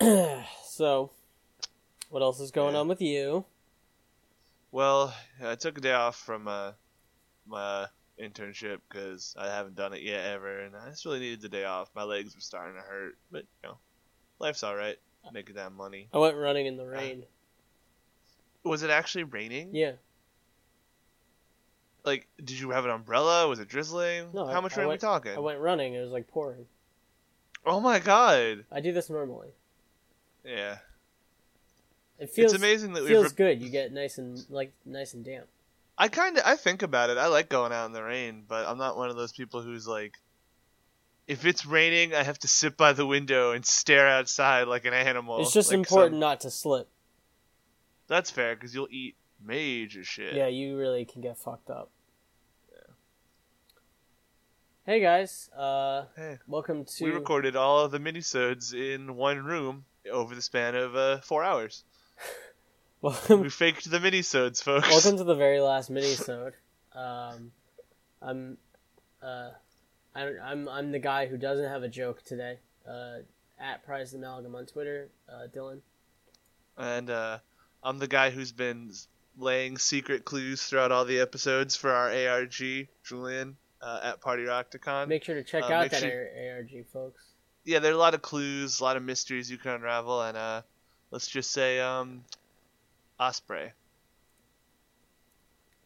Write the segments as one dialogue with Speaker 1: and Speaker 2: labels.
Speaker 1: So, what else is going
Speaker 2: Yeah.
Speaker 1: on with you?
Speaker 2: Well, I took a day off from uh, my internship because I haven't done it yet ever, and I just really needed the day off. My legs were starting to hurt, but you know, life's all right. Making that money.
Speaker 1: I went running
Speaker 2: Uh,
Speaker 1: in the rain.
Speaker 2: Was it actually raining?
Speaker 1: Yeah.
Speaker 2: Like, did you have an umbrella? Was it drizzling?
Speaker 1: No, I-
Speaker 2: How much
Speaker 1: I
Speaker 2: rain
Speaker 1: went-
Speaker 2: are we talking?
Speaker 1: I went running. It was like pouring.
Speaker 2: oh my god!
Speaker 1: I do this normally.
Speaker 2: Yeah,
Speaker 1: It feels
Speaker 2: it's amazing that we.
Speaker 1: feels
Speaker 2: Re-
Speaker 1: good. You get nice and like nice and damp.
Speaker 2: I kind of I think about it. I like going out in the rain, but I'm not one of those people who's like, if it's raining, I have to sit by the window and stare outside like an animal.
Speaker 1: it's just
Speaker 2: like
Speaker 1: important
Speaker 2: some-
Speaker 1: not to slip.
Speaker 2: That's fair because you'll eat major shit.
Speaker 1: Yeah, you really can get fucked up. Hey guys, uh,
Speaker 2: Hey.
Speaker 1: welcome to
Speaker 2: We recorded all of the minisodes in one room over the span of uh, four hours.
Speaker 1: welcome
Speaker 2: We faked the minisodes, folks.
Speaker 1: welcome to the very last minisode. Um, I'm, uh, I don't, I'm I'm the guy who doesn't have a joke today. Uh, at Prize Amalgam on Twitter, uh, Dylan.
Speaker 2: And uh, I'm the guy who's been s- laying secret clues throughout all the episodes for our ARG, Julian, uh, at Party Rocticon.
Speaker 1: Make sure to check
Speaker 2: Uh,
Speaker 1: out
Speaker 2: make
Speaker 1: that
Speaker 2: sure-
Speaker 1: AR- ARG, folks.
Speaker 2: yeah, there are a lot of clues, a lot of mysteries you can unravel, and uh, let's just say um, Osprey.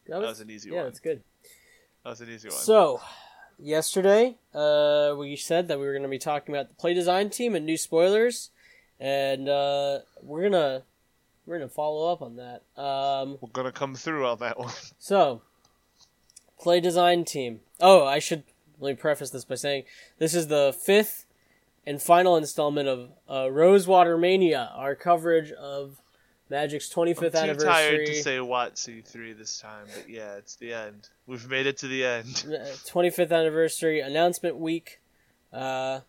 Speaker 1: That
Speaker 2: was an easy
Speaker 1: yeah,
Speaker 2: one.
Speaker 1: that's good.
Speaker 2: That was an easy one.
Speaker 1: So, yesterday, uh, we said that we were going to be talking about the play design team and new spoilers, and uh, we're gonna we're gonna follow up on that. Um,
Speaker 2: We're gonna come through on that one.
Speaker 1: so, play design team. Oh, I should let me preface this by saying this is the fifth and final installment of uh, Rosewater Mania, our coverage of Magic's 25th
Speaker 2: I'm too
Speaker 1: anniversary.
Speaker 2: tired to say Watsy three this time, but yeah, it's the end. We've made it to the end.
Speaker 1: uh, 25th anniversary announcement week. Uh,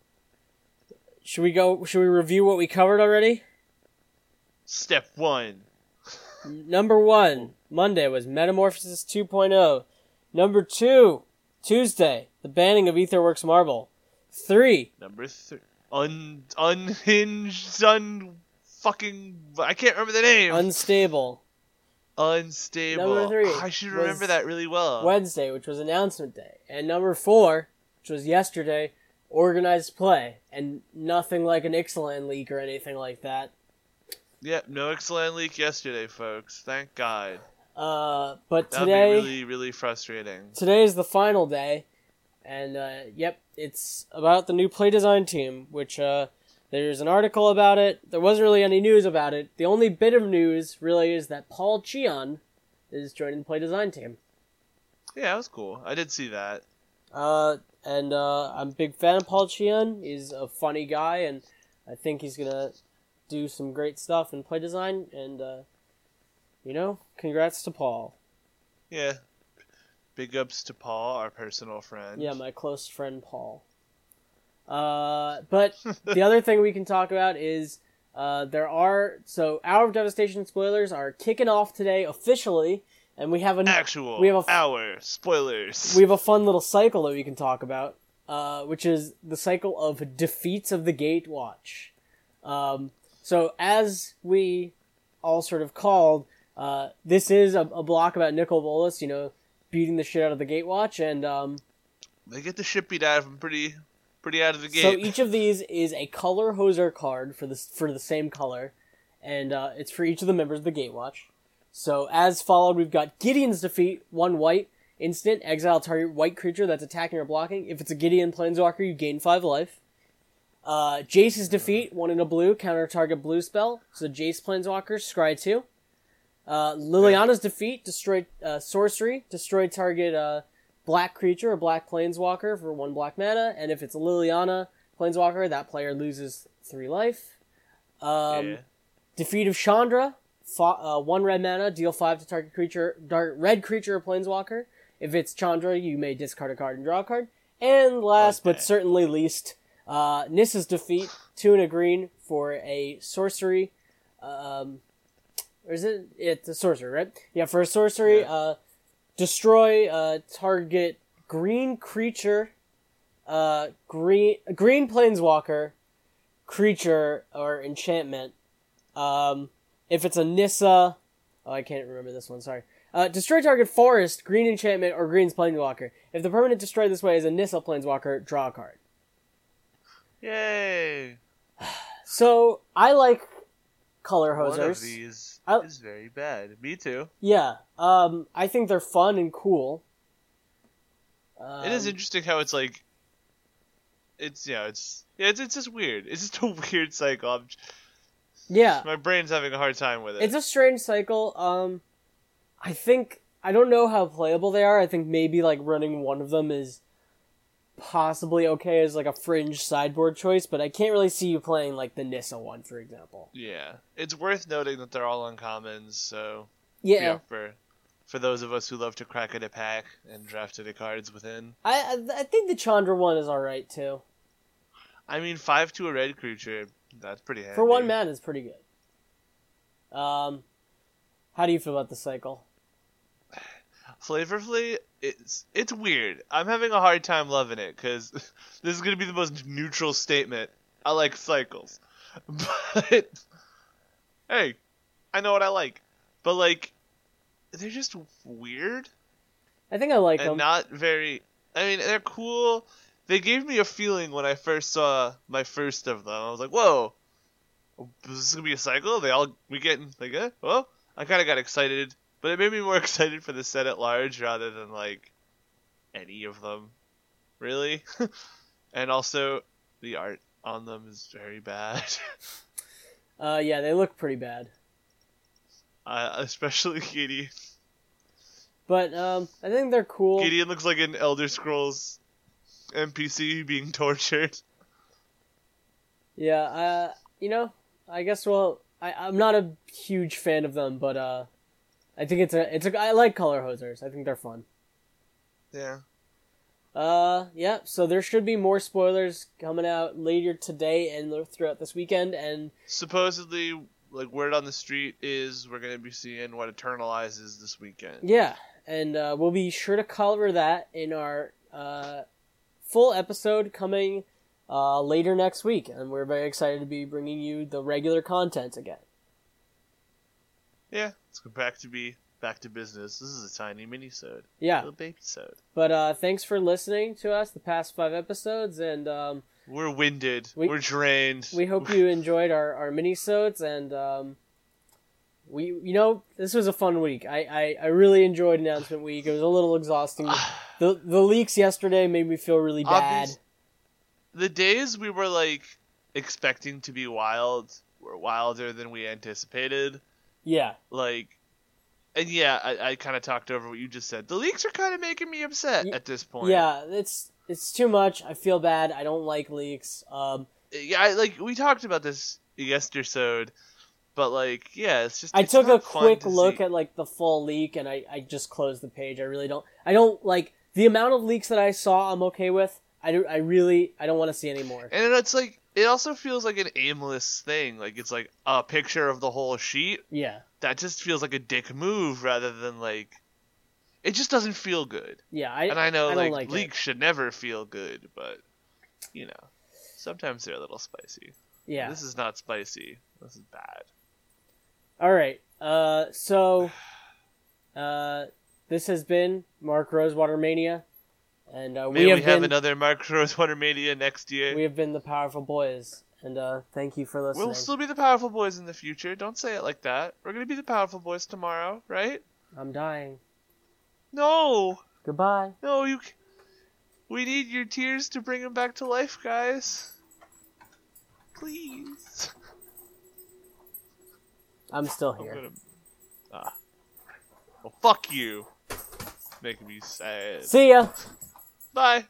Speaker 1: should we go? Should we review what we covered already?
Speaker 2: Step one.
Speaker 1: Number one, Monday was Metamorphosis 2.0. Number two, Tuesday, the banning of Etherworks Marble. Three,
Speaker 2: Number three. Un unhinged un fucking I can't remember the name.
Speaker 1: Unstable.
Speaker 2: Unstable.
Speaker 1: Number three
Speaker 2: I should
Speaker 1: was
Speaker 2: remember that really well.
Speaker 1: Wednesday, which was announcement day. And number four, which was yesterday, organized play. And nothing like an Ixalan leak or anything like that.
Speaker 2: Yep, no excellent leak yesterday, folks. Thank God.
Speaker 1: Uh, but
Speaker 2: That'd
Speaker 1: today.
Speaker 2: be really, really frustrating.
Speaker 1: today is the final day, and uh, yep, it's about the new play design team, which uh, there's an article about it. There wasn't really any news about it. The only bit of news really is that Paul Cheon is joining the play design team.
Speaker 2: Yeah, that was cool. I did see that.
Speaker 1: Uh, and uh, I'm a big fan of Paul Cheon. He's a funny guy, and I think he's gonna do some great stuff in play design. And uh, you know, congrats to Paul.
Speaker 2: Yeah. Big ups to Paul, our personal friend.
Speaker 1: Yeah, my close friend Paul. Uh, but the other thing we can talk about is uh, there are so Hour of Devastation spoilers are kicking off today officially, and we have an
Speaker 2: Actual
Speaker 1: We have a f-
Speaker 2: hour spoilers.
Speaker 1: we have a fun little cycle that we can talk about, uh, which is the cycle of defeats of the Gate Watch. Um, so as we all sort of called, uh, this is a, a block about Nicol Bolas, you know, beating the shit out of the Gate Watch, and um,
Speaker 2: They get the shit beat out of them pretty, pretty out of the gate.
Speaker 1: So each of these is a color hoser card for this for the same color, and uh, it's for each of the members of the Gatewatch. So as followed, we've got Gideon's defeat, one white, instant, exile target white creature that's attacking or blocking. If it's a Gideon planeswalker, you gain five life. Uh, Jace's defeat, one in a blue, counter target blue spell. So Jace planeswalker, scry two. Uh, Liliana's defeat, destroy uh, sorcery, destroy target uh, black creature or black planeswalker for one black mana, and if it's a Liliana planeswalker, that player loses three life. Um,
Speaker 2: yeah.
Speaker 1: Defeat of Chandra, fa- uh, one red mana, deal five to target creature, dark red creature or planeswalker. If it's Chandra, you may discard a card and draw a card. And last
Speaker 2: Okay.
Speaker 1: but certainly least, uh, Nissa's defeat, two and a green for a sorcery. Um, or is it? It's a sorcery, right? Yeah, for a sorcery,
Speaker 2: Yeah.
Speaker 1: uh, destroy uh, target green creature, uh, green green planeswalker creature or enchantment Um, if it's a Nissa, oh, I can't remember this one. Sorry. Uh, destroy target forest, green enchantment, or green's planeswalker. If the permanent destroyed this way is a Nissa planeswalker, draw a card.
Speaker 2: Yay!
Speaker 1: So I like color
Speaker 2: One of
Speaker 1: hosers.
Speaker 2: these
Speaker 1: I-
Speaker 2: is very bad. Me too.
Speaker 1: Yeah. Um, I think they're fun and cool. Um,
Speaker 2: it is interesting how it's like. It's yeah, it's yeah, it's it's just weird. It's just a weird cycle. I'm,
Speaker 1: Yeah.
Speaker 2: my brain's having a hard time with it.
Speaker 1: It's a strange cycle. Um, I think I don't know how playable they are. I think maybe like running one of them is possibly okay as like a fringe sideboard choice, but I can't really see you playing like the Nissa one, for example.
Speaker 2: yeah, it's worth noting that they're all uncommons. So
Speaker 1: Yeah,
Speaker 2: yeah, for for those of us who love to crack at a pack and draft to the cards within.
Speaker 1: I I- I think the Chandra one is all right too.
Speaker 2: I mean, five to a red creature. That's pretty handy
Speaker 1: For one man, is pretty good. Um, how do you feel about the cycle?
Speaker 2: flavorfully it's it's weird i'm having a hard time loving it because this is going to be the most neutral statement i like cycles but hey i know what i like but like they're just weird
Speaker 1: I think I like
Speaker 2: and
Speaker 1: them.
Speaker 2: not very i mean they're cool they gave me a feeling when i first saw my first of them i was like whoa this is going to be a cycle they all we getting like eh? well i kind of got excited but it made me more excited for the set at large rather than like any of them really and also the art on them is very bad
Speaker 1: uh, yeah, they look pretty bad.
Speaker 2: uh, especially gideon
Speaker 1: But um, I think they're cool.
Speaker 2: gideon looks like an elder scrolls npc being tortured
Speaker 1: Yeah, uh, you know, I guess well, I, I'm not a huge fan of them, but uh, I think it's a it's a I like color hosers. I think they're fun.
Speaker 2: yeah
Speaker 1: Uh, yeah. So there should be more spoilers coming out later today and throughout this weekend, and
Speaker 2: supposedly like word on the street is we're gonna be seeing what eternalizes this weekend
Speaker 1: yeah, and uh, we'll be sure to cover that in our uh, full episode coming uh, later next week, and we're very excited to be bringing you the regular content again.
Speaker 2: yeah let's go back to be back to business this is a tiny mini sode
Speaker 1: Yeah.
Speaker 2: little baby sode
Speaker 1: But uh, thanks for listening to us the past five episodes, and um.
Speaker 2: we're winded
Speaker 1: We-
Speaker 2: we, are drained
Speaker 1: we hope you enjoyed our our minisodes and um we you know this was a fun week I, I i really enjoyed announcement week it was a little exhausting the the leaks yesterday made me feel really bad
Speaker 2: Obvious- the days we were like expecting to be wild were wilder than we anticipated
Speaker 1: yeah
Speaker 2: like and yeah i, I kind of talked over what you just said the leaks are kind of making me upset
Speaker 1: Y-
Speaker 2: at this point
Speaker 1: yeah it's it's too much i feel bad i don't like leaks um
Speaker 2: yeah, I, like we talked about this yesterday, but like, yeah, it's just.
Speaker 1: i
Speaker 2: it's
Speaker 1: took a
Speaker 2: not fun
Speaker 1: quick
Speaker 2: to
Speaker 1: look
Speaker 2: see.
Speaker 1: at like the full leak and i i just closed the page i really don't i don't like the amount of leaks that i saw i'm okay with i do i really i don't want to see any more
Speaker 2: and it's like it also feels like an aimless thing. Like it's like a picture of the whole sheet.
Speaker 1: yeah
Speaker 2: That just feels like a dick move rather than like. It just doesn't feel good,
Speaker 1: yeah i
Speaker 2: and I know
Speaker 1: I don't
Speaker 2: like,
Speaker 1: like it.
Speaker 2: leaks should never feel good, but you know, sometimes they're a little spicy.
Speaker 1: yeah
Speaker 2: This is not spicy. This is bad.
Speaker 1: All right. Uh, so, uh, this has been Mark Rosewater Mania, and uh,
Speaker 2: Maybe
Speaker 1: we
Speaker 2: we
Speaker 1: have
Speaker 2: have,
Speaker 1: been
Speaker 2: another Mark Rosewater Mania next year.
Speaker 1: we have been the Powerful Boys, and uh, thank you for listening.
Speaker 2: We'll still be the powerful boys in the future. Don't say it like that. We're gonna be the powerful boys tomorrow, right?
Speaker 1: I'm dying.
Speaker 2: No,
Speaker 1: Goodbye.
Speaker 2: no, you. c- We need your tears to bring him back to life, guys. Please.
Speaker 1: I'm still
Speaker 2: I'm
Speaker 1: here.
Speaker 2: gonna. Ah. Well, fuck you. Making me sad.
Speaker 1: See ya.
Speaker 2: Bye.